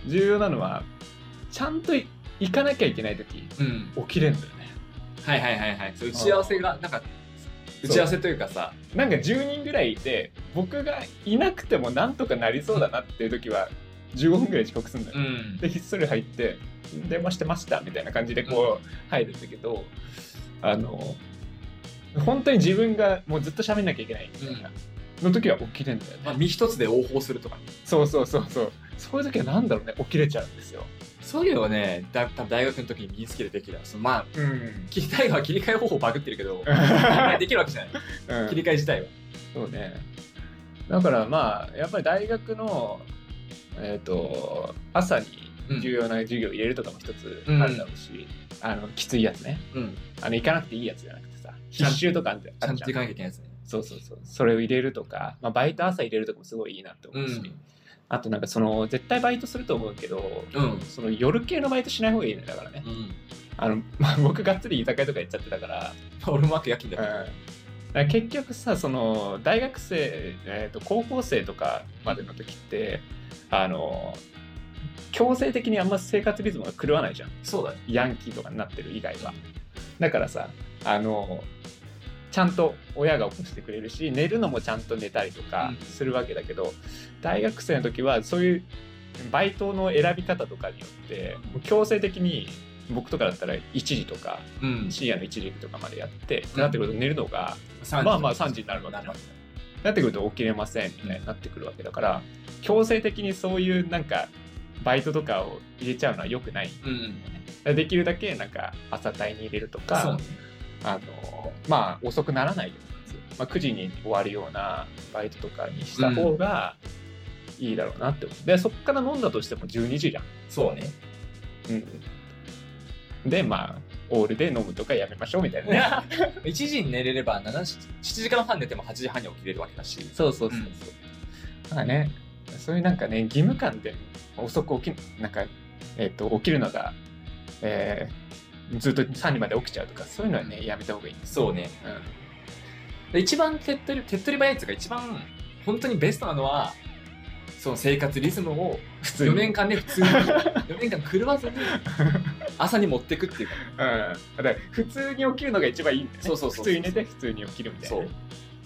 重要なのはちゃんとい行かなきゃいけない時うん起きれるんだよねはいはいはいはいそう打ち合わせがなんか打ち合わせというかさなんか10人ぐらいいて僕がいなくてもなんとかなりそうだなっていう時は15分ぐらい遅刻するんだよ、んでひっそり入って「電話してました」みたいな感じでこう入るんだけどあの本当に自分がもうずっと喋んなきゃいけないみたいな、の時は起きれんだよね、まあ、身一つで応報するとかねそうそうそうそうそういう時はなんだろうね起きれちゃうんですよそういうのをね、だ多分大学の時に身につけるべきだ。そのまあ、 うん。切り替えは切り替え方法バグってるけど、あんまりできるわけじゃない。うん切り替え自体は。そうね。だからまあやっぱり大学のえっ、と朝に重要な授業を入れるとかも一つあるだろうし、あのきついやつね。うん。あの行かなくていいやつじゃなくてさ、ちゃん必修とかあるじゃん。ちゃんと行かなきゃいけないですね。そうそうそう。それを入れるとか、まあバイト朝入れるとかもすごいいいなってう思うし。ん。あとなんかその絶対バイトすると思うけど、うんその夜系のバイトしない方がいいねだからね。うん。あのまあ僕がっつり居酒屋とか行っちゃってたから。俺も悪夜勤だうんだかから結局さその大学生、えー、と高校生とかまでの時ってあの強制的にあんま生活リズムが狂わないじゃんそうだね。ヤンキーとかになってる以外はだからさあのちゃんと親が起こしてくれるし寝るのもちゃんと寝たりとかうんするわけだけど、大学生の時はそういうバイトの選び方とかによってもう強制的に僕とかだったら1時とかうん。深夜の1時とかまでやって、ってなってくると寝るのがまあまあ3時になるわけじゃんなってくると起きれませんみたいになってくるわけだから強制的にそういうなんかバイトとかを入れちゃうのは良くないうん。できるだけなんか朝帯に入れるとそうかね。あのまあ遅くならないようなやつ、まあ、9時に終わるようなバイトとかにした方がいいだろうなって思う、でそこから飲んだとしても12時じゃん、そうね。 うん、でまあオールで飲むとかやめましょうみたいなね1時に寝れれば7時7時間半寝ても8時半に起きれるわけだしそうそうそうそう。なんかね、そういうなんかね、義務感で遅く起き、なんか、えっ、と、起きるのが、えーずっと3時まで起きちゃうとか、そういうのはね、やめた方がいい。そうねで一番手っ取り手っ取り早いっていうか一番本当にベストなのはその生活リズムを普通に。 4年間で普通に4年間狂わずに朝に持ってくっていうかうん。だから普通に起きるのが一番いいんだよね。そうそうそう普通に寝て、普通に起きるみたいなね、そ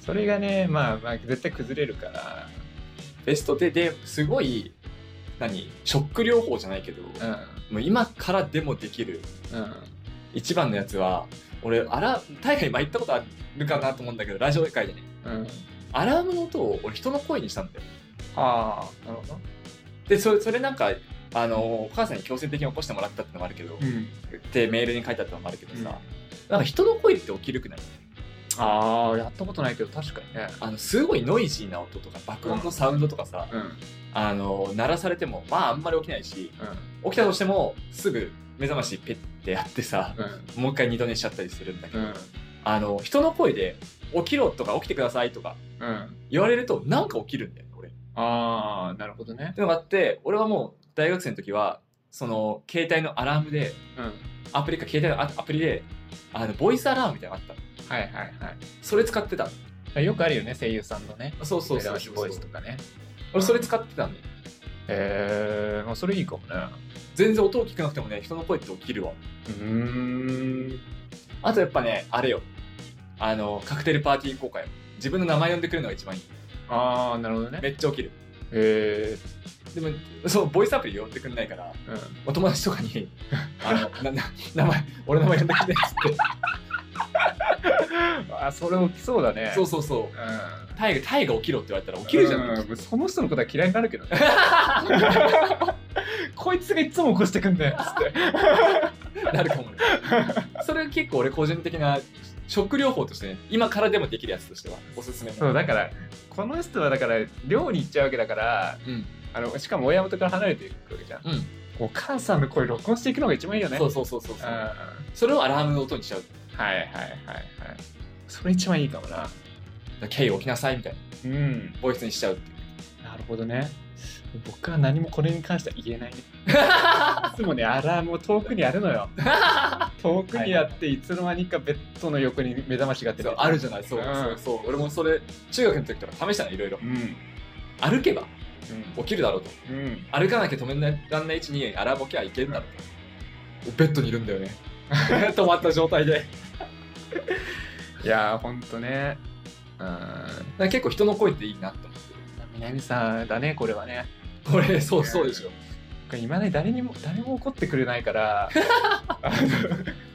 うそれがね、まあまあ、絶対崩れるから、ベストでですごい何ショック療法じゃないけど、もうう今からでもできるん。うん。一番のやつは俺あら大概前言ったことあるかなと思うんだけどラジオ会でねうん。アラームの音を俺人の声にしたんだよああ、なるほど。でそれそれなんかあのお母さんに強制的に起こしてもらったってのもあるけど、うん。でメールに書いてあったのもあるけどさ、なんか人の声って起きるくないああ、やったことないけど、確かにね。あのすごいノイジーな音とか爆音のサウンドとかさ、うん。うん。あの鳴らされてもまああんまり起きないし起きたとしてもすぐ目覚ましペッてやってさもう一回二度寝しちゃったりするんだけうど、ん。あの人の声で「起きろ」とか「起きてください」とかうん。うん。言われるとなんか起きるんだよね俺。っああ、なるほどね。てのがあって俺はもう大学生の時はその携帯のアラームでうん。はいアプリか携帯のアアプリであのボイスアラームみたいなのあったのはいはそれ使ってたい。よくあるよね、声優さんのね。そうそうそうメそラうボイスとかね。俺それ使ってたんでえー、まあそれいいかもね。全然音を聞かなくてもね人の声って起きるわうーん。あとやっぱねあれよあのカクテルパーティー公開自分の名前呼んでくるのが一番いいああ、なるほどね。めっちゃ起きるえでもそうボイスアプリ呼んでくんないからー、うん。お友達とか に「あのなな名前俺の名前呼んでくんない」っつっあーそれ起きそうだねて。 そうそうそううタイがタイが起きろって言われたらん。起きるじゃん、うその人のことは嫌いになるけ どね。こいつがいつも起こしてくんだよ、つって。なるかもねそれ結構俺個人的な食療法としてね今からでもできるやつとしてはおすすめそう、だから、この人はだから、寮に行っちゃうわけだから、うんあのしかも親元から離れていくわけじゃん。うんお母さんの声録音していくのが一番いいよね。そううそうそうそうそん。うはいそれをアラームの音にしちゃうはいはいはい。それ一番いいかもな。 「ケイ起きなさい」みたいなうん。ボイスにしちゃうっていうなるほどね。僕は何もこれに関しては言え ないね。いつもね、アラームを遠くにやる のよ。遠くにやって、いつの間にかベッドの横に目覚ましが出てそうあるじゃないそう,、うんそうそう俺もそれ中学の時とか試したのいろいろうん。うん。歩けば起きるだろうとうん。歩かなきゃ止めらんない位置にアラーム起きはいけるんだろうとベッドにいるんだよ ね止まった状態でだかいやー、ほんとね。うん。ら結構人の声っていいなと思って南さんだね、これはね。これそうそうでしょいまだに誰にも、誰も怒ってくれない から、あ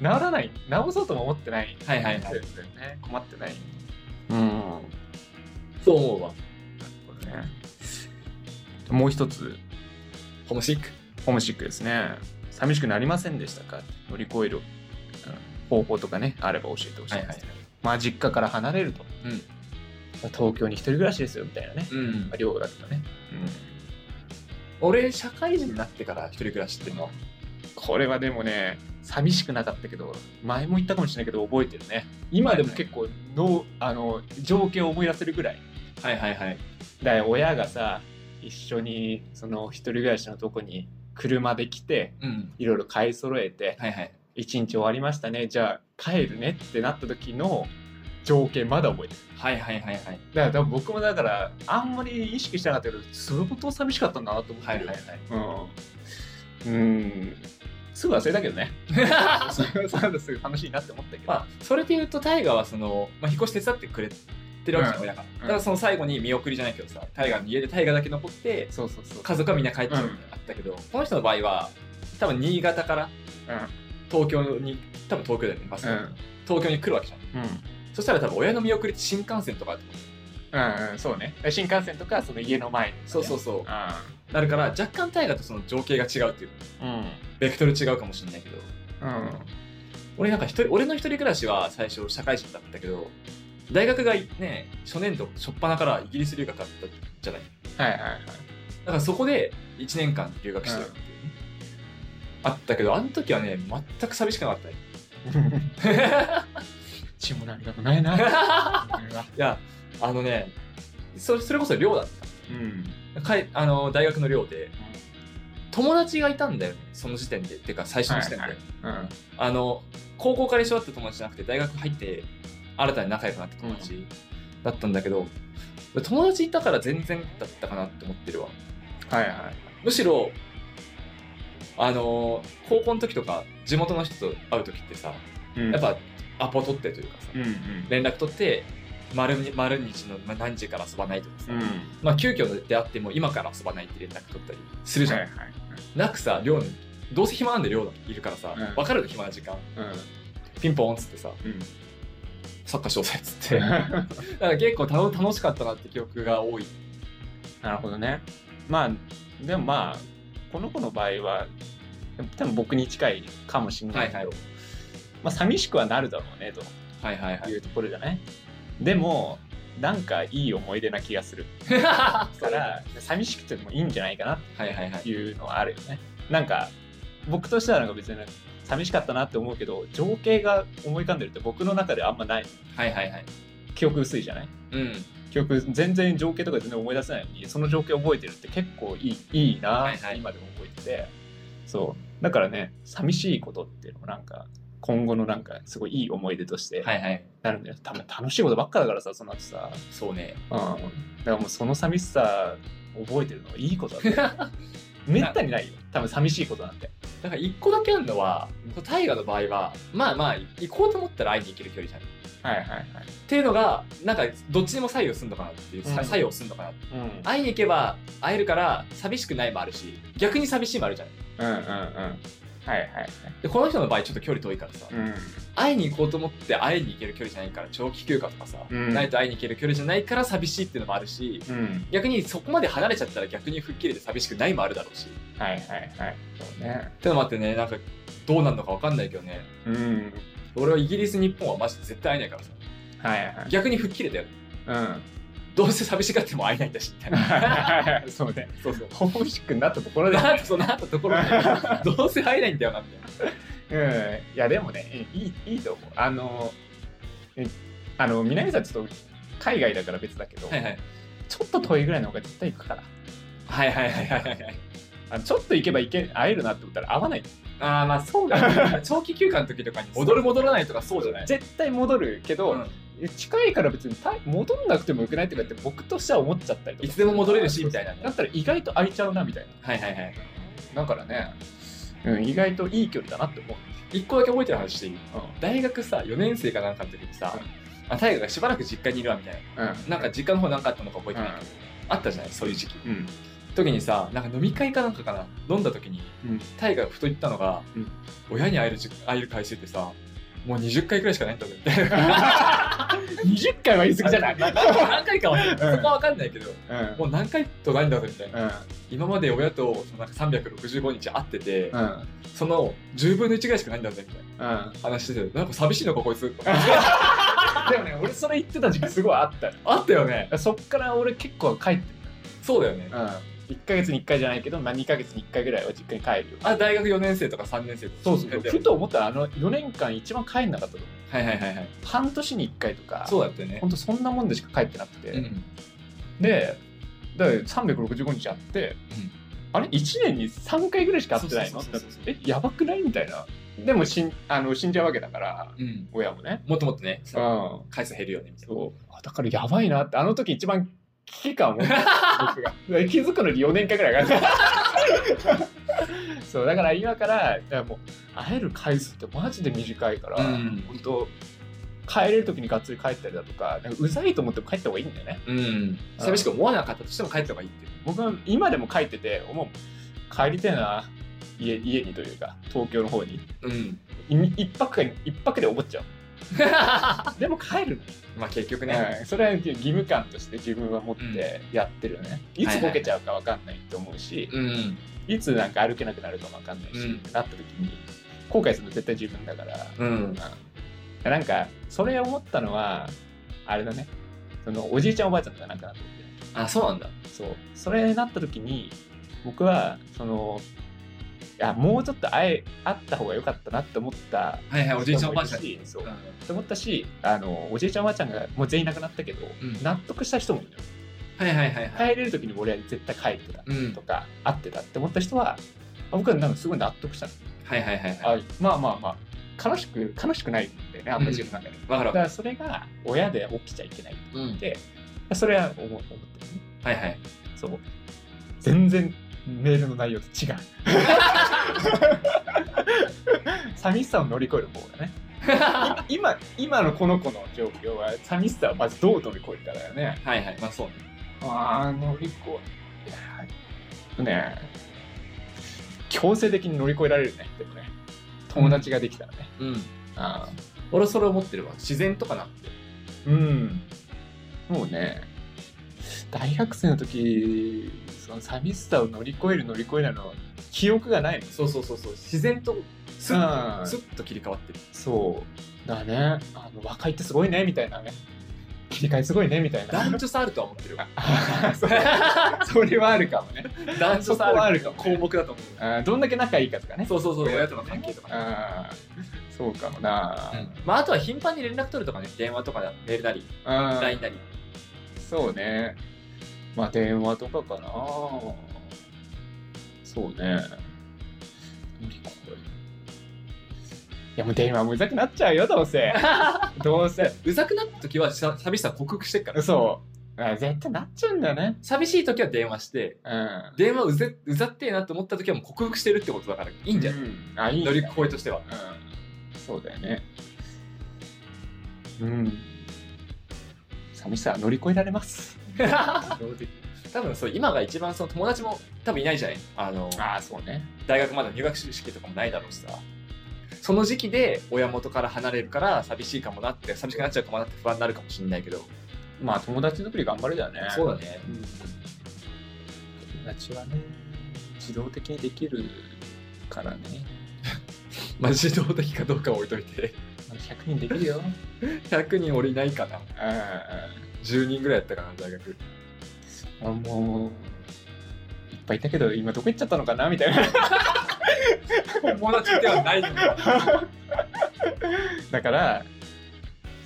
の治らない、治そうとも思ってない。はいはいはいですよね。困ってない。うん。そう思うわもう一つホームシックホームシックですね寂しくなりませんでしたか乗り越える、うん方法とかねあれば教えてほしいです、はいはいまあ実家から離れると、うんまあ東京に一人暮らしですよみたいなね、うんまあ、寮だとかね、俺社会人になってから一人暮らしっていうのはこれはでもね寂しくなかったけど前も言ったかもしれないけど覚えてるね今でも結構のあの情景を思い出せるぐらいはいはいはいだから親がさ一緒にその一人暮らしのとこに車で来てうんいろいろ買い揃えてはいはい一日終わりましたねじゃあ帰るねってなった時の情景まだ覚えてるはいはいはいはいだから多分僕もだからあんまり意識してなかったけど相当寂しかったんだなと思ってはいる、はいうんうんすぐ忘れたけどねはいそれはそれはすぐ楽しいなって思ったけど、 まあそれで言うとタイガはその、まあ、引っ越し手伝ってくれてるわけじゃん、うん親がんだからその最後に見送りじゃないけどさタイガの家でタイガだけ残ってそうそうそう家族はみんな帰っちゃうみたいなのあったけど、この人の場合は多分新潟から東京に多分東京だよねバスが、うん東京に来るわけじゃんうんうんそしたら多分親の見送りって新幹線とかだと思ううんうんそうね新幹線とかその家の前にね、そうそうそう、あなるから若干大河とその情景が違うっていうあうんベクトル違うかもしれないけどうん俺なんか一人俺の一人暮らしは最初社会人だったけど大学がね初年度初っ端からイギリス留学だったじゃないはいはい は いだからそこで1年間留学してたっていうね、あったけどあの時はね全く寂しくなかったね血も涙もない なこれはいやあのねそれそれこそ寮だっうんたかいあの大学の寮で友達がいたんだよねその時点でっていうか最初の時点で、はいはいうんあの高校から一緒だった友達じゃなくて大学入って新たに仲良くなった友達だったんだけど、友達いたから全然だったかなって思ってるわはいはいむしろあの高校の時とか地元の人と会う時ってさうんやっぱアポ取ってというかさ、うんうん連絡取って丸に丸日のまあ何時から遊ばないとかさ、うんまあ急遽であっても今から遊ばないって連絡取ったりするじゃん、はいはいなくさ寮にどうせ暇なんで寮にいるからさ、うん分かるの暇な時間ピンポンっつってさサッカーしようぜっつってうん だから結構たの楽しかったなって記憶が多い。なるほどねまあでもまあこの子の場合は多分僕に近いかもしれないけど、はいはまあ寂しくはなるだろうねとはいはい いうところじゃないでもなんかいい思い出な気がするい。か、ら寂しくてもいいんじゃないかなはいはいはってい。いうのはあるよねなんか僕としてはなんか別に寂しかったなって思うけど情景が思い浮かんでるって僕の中であんまないはいはいはい。記憶薄いじゃないうん。記憶全然情景とか全然思い出せないのにその情景覚えてるって結構いいいいなはいってはい今でも覚えてて、そうだからね寂しいことっていうのもなんか今後のなんかすごいいい思い出としてはいはい。なるんだよ、多分楽しいことばっかだからさその後さ、そうね。 うん、だからもうその寂しさ覚えてるのはいいこと だねめったにないよ多分寂しいことなんてだから一個だけあるのは、大河の場合は、まあまあ、行こうと思ったら会いに行ける距離じゃん。っはいはいはいていうのが、なんかどっちにも左右すんのかなっていう、さうん左右すんのかなって。うんうん会いに行けば会えるから寂しくないもあるし、逆に寂しいもあるじゃん。うんうんはいはいはいで、この人の場合ちょっと距離遠いからさ、うん会いに行こうと思って会いに行ける距離じゃないから、長期休暇とかさ、うんないと会いに行ける距離じゃないから寂しいっていうのもあるし、うん逆にそこまで離れちゃったら逆に吹っ切れて寂しくないもあるだろうしっはいはいはいそうねてのもあってねなんかどうなるのか分かんないけどねうん俺はイギリス日本はマジで絶対会えないからさはいはい逆に吹っ切れたようんどうせ寂しがっても会えないんだしみたい なそうね。 そうそう欲しくなったところで。 なんとそのあったところでどうせ会えないんだよなみたいなうん。いや、でもね、いい、いいと思う。あの、えあの、南さんちょっと海外だから別だけど、はいはいちょっと遠いぐらいの方が絶対行くから。はいはいはいはいはいはいあのちょっと行けば行け、会えるなって思ったら会わない。ああまあそうだ ね長期休暇の時とかに戻る戻らないとかそうじゃない絶対戻るけど、うん近いから別にた戻んなくてもよくないとかって僕としては思っちゃったりとか。いつでも戻れるしみたいなねだったら意外と空いちゃうなみたいはいはいはいな。だからね、うん、意外といい距離だなって思う。一個だけ覚えてる話していいうん大学さ4年生かなんかの時にさうんあ大我がしばらく実家にいるわみたいなうん。なんか実家の方なんかあったのか覚えてないけど、あったじゃないそういう時期時にさなんか飲み会かなんかかな飲んだ時にうんタイがふと言ったのが、うん親に会える時会える回数ってさもう20回くらいしかないん だぜって20回は言い過ぎじゃない、なな 何回かはね、うんそこは分かんないけどうんもう何回とないんだぜみたいなうん今まで親とそのなんか365日会ってて、うんその10分の1ぐらいしかないんだぜみたいなうん話しててなんか寂しいのかこいつ でもね俺それ言ってた時期すごいあったよあったよねそっから俺結構帰ってそうだよね、うん1ヶ月に1回じゃないけど、まあ、2ヶ月に1回ぐらいは実家に帰るよあ大学4年生とか3年生とかそうそうふと思ったらあの4年間一番帰んなかったと思うはいはいはいはい半年に1回とかそうだったよねほんとそんなもんでしか帰ってなくて、うんでだから365日やって、うんあれ1年に3回ぐらいしか会ってないのそうそうそうそうえやばくないみたいなでも死んあの死んじゃうわけだからうん親もねもっともっとねうん回数減るよねみたいなそうあだからやばいなってあの時一番危機感を 持った僕がだから気づくのに4年間ぐらいかか ったそうだから今からだからもう会える回数ってマジで短いから、うん本当帰れる時にがっつり帰ったりだとかなんかうざいと思っても帰った方がいいんだよねうん寂しく思わなかったとしても帰った方がいいっていう僕は今でも帰ってて思う帰りてえな家家にというか東京の方にうん い一泊か一泊で思っちゃうでも帰るまあ結局ね、ね、うんそれは義務感として自分は持ってやってるよね、いつボケちゃうか分かんないと思うし、うんい、つなんか歩けなくなるかも分かんないし、うんなった時に後悔するの絶対自分だから、うんうんなんかそれ思ったのはあれだねそのおじいちゃんおばあちゃんとか亡くなった時だよねあそうなんだそうそれになった時に僕はそのいやもうちょっと会え会った方が良かったなって思ったはいはいおじいちゃんおばあちゃん人もいるしそううって思ったしあのおじいちゃんおばあちゃんがもう全員亡くなったけど、ん納得した人もいるよはいはいはいはい帰れる時に俺は絶対帰ってたうんとか、会ってたって思った人はあ僕はなんかすごい納得したの、はいはいはいはあいまあまあまあ悲しく悲しくないんだよねあんまり自分の中で、だわかるわかからそれが親で起きちゃいけないっるうんてそれは思う思ってるねはいはいそう。全然メールの内容と 違う。寂しさを乗り越える方がね。今、今のこの子の状況は、寂しさをまずどう乗り越えるかだよね。はいはいまあそうねああ、乗り越え。いやねえ強制的に乗り越えられるね。でもね。友達ができたらね。うんあ俺それ思ってるわ自然とかなってーうん。もうね、大学生の時、その寂しさを乗り越える乗り越えないの、記憶がないの。そうそうそうそう自然とスッうんとスッと切り替わ ってるそうだねあの若いってすごいねみたいなね切り替えすごいねみたいな男女差あるとは思ってる わ それそれはあるかも ね男女差あるそこはあるかも項目だと思うあーどんだけ仲いいかとかねそうそうそう親との関係とかねあーそうかもな、まあ、あとは頻繁に連絡取るとかね、電話とかメールなり、あー LINE なり。そうねまあ電話とかかなそうね乗り越えるいやもう電話もうざくなっちゃうよどう せどうせうざくなった時はさ寂しさを克服してるから。そうあー絶対なっちゃうんだよね寂しい時は電話して、うん電話うぜうざってえなと思った時はもう克服してるってことだから、いいんじゃない、うんあいいね乗り越えと しては。うんそうだよね。うん。寂しさは乗り越えられ ます。多分そう、今が一番その友達も多分いないじゃないあの、ああ、そうね。大学まだ入学式とかもないだろうしさ。その時期で親元から離れるから寂しいかもなって、寂しくなっちゃうかもなって不安になるかもしれないけど。まあ友達作り頑張るだよね。そうだね。うん友達はね、自動的にできるからね。まあ、自動的かどうかは置いといて。まあ100人できる よ。 100人俺いないかな。う10人ぐらいやったかな大学ん。俺もう、いっぱいいたけど、今どこ行っちゃったのかなみたいな。 友達ではないのにだから、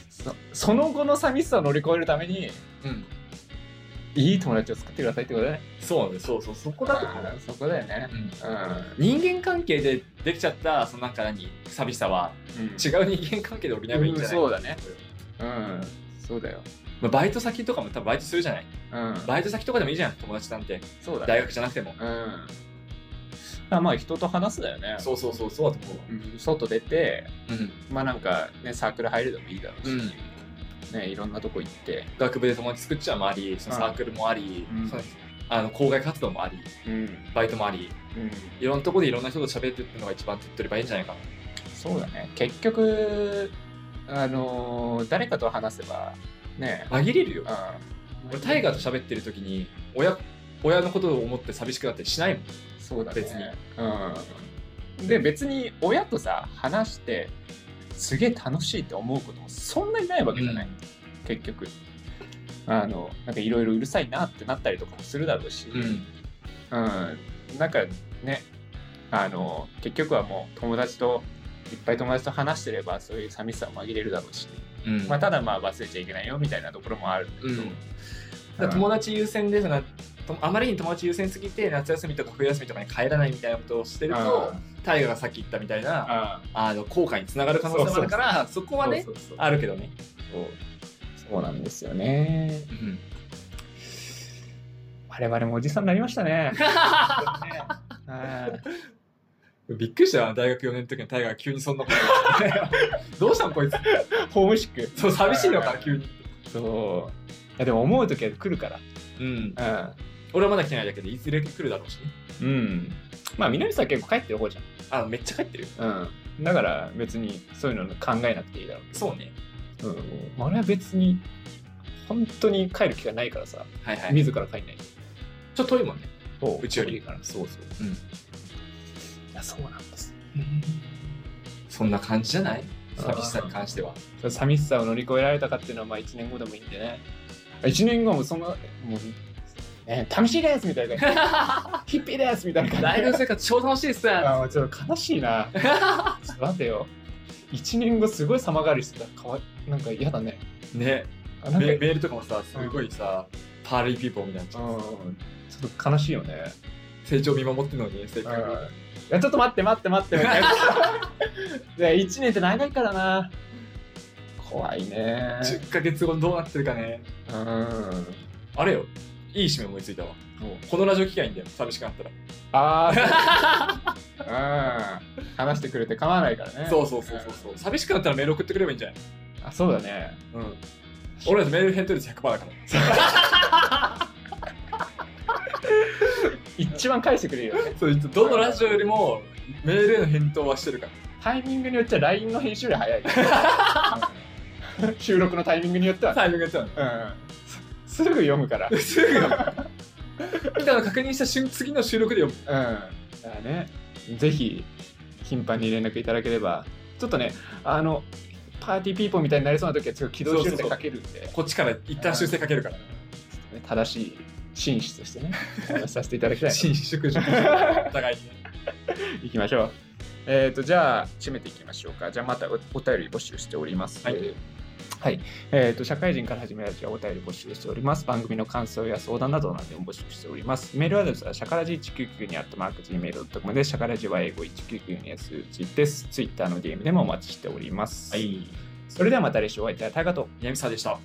そその後の寂しさを乗り越えるために、うんいい友達を作ってくださいってことだね。そうなんだよそうそうそこだと思うあーそこだよね。うんう人間関係でできちゃったそのなんか何寂しさはん。違う人間関係で補えばいいんじゃない、うんそうだねうん。そうだよ。まあ、バイト先とかも多分バイトするじゃないうん。バイト先とかでもいいじゃん友達なんてそうだ大ね。学じゃなくてもうん。あまあ人と話すだよね。そうそうそうそうだと思うわうん外出て、うんまあなんかね、サークル入るでもいいだろうし、うんね、いろんなとこ行って、学部で友達作っちゃうもありそのサークルもあり、うんそのあの校外活動もありうん。バイトもありうん。いろんなところでいろんな人と喋ってっていうのが一番手っ取り早いんじゃないかなそうだね結局あのー誰かと話せばね紛れるようん俺大河と喋ってる時に親親のことを思って寂しくなってしないもんそうだね別にうんで別に親とさ話してすげえ楽しいって思うこともそんなにないわけじゃない、結局あのなんかいろいろうるさいなってなったりとかもするだろうし、うんうん、なんかねあの結局はもう友達といっぱい友達と話してればそういう寂しさも紛れるだろうし、うんまあ、ただまあ忘れちゃいけないよみたいなところもあるんだけうど、んだから友達優先でなとあまりに友達優先すぎて夏休みとか冬休みとかに帰らないみたいなことをしてると大河がさっき言ったみたいなああの後悔につながる可能性もあるからそこはねそうそうそうあるけどねそうなんですよねうん我々もおじさんになりました ねはいびっくりしたよ大学4年の時の大河が急にそんなこと言って どうしたのこいつホームシックそう寂しいのか急にそういやでも思う時は来るかうんら俺はまだ来てないだけでいずれ来るだろうしねうん、うん、まあ南さん結構帰ってる方じあめっちゃ帰ってるよゃん、うん、だから別にそういうの考えなくていいだろうそうねうん、俺は別に本当に帰る気がないからさ、はいはいちょ自ら帰んないっと遠いもんねそうちよりいいからそうそういやそうなんですそんな感じじゃない寂しさに関してはその寂しさを乗り越えられたかっていうのはまあ1年後でもいいんでね1年後もそんなもう、ね、寂しいですみたいな感 じヒッピーですみたいな感大じ学生活超楽しいですねあーちょっと悲しい なちょっと待てよ1年後すごい様変わりしてたらかわいなんか嫌だねねあなんかメメールとかもさすごいさパーリーピーポーみたいになっちゃううんちょっと悲しいよね成長見守ってるのに性格がいやちょっと待って待って待ってみたいなで1年って 長いからな怖いね10ヶ月後どうなってるかねうんあれよいい締め思いついたわこのラジオ機会いいんだよ寂しくなったらあ あうん話してくれて構わないからねそうそうそうそうそう寂しくなったらメール送ってくればいいんじゃないあそうだねうん俺らとメール返答率100%だから一番返してくれるよねそうどのラジオよりもメールへの返答はしてるからタイミングによっては LINE の編集より早 い、うん収録のタイミングによってはね、タイミングやってたのうんすぐ読む からうんすぐよ来たの確認した瞬次の収録でよだからねぜひ頻繁に連絡いただければちょっとねあのパーティーピーポーみたいになりそうな時はちょっと軌道修正かけるんでこっちから一旦修正かけるからね正しい紳士としてねお話しさせていただきたい紳士祝辞 お互いにねいきましょうえっ、とじゃあ締めていきましょうかじゃあまたおお便り募集しておりますはいえーはいえー、と社会人から始めるラジオはお便り募集しております。番組の感想や相談などなども募集しております。メールアドレスはシャカラジ199にあったマーク Gmail.com で、シャカラジは英語199に数字です。Twitter の DM でもお待ちしております。はいそれではまた来週お会いいたいタイガと。宮美さんでした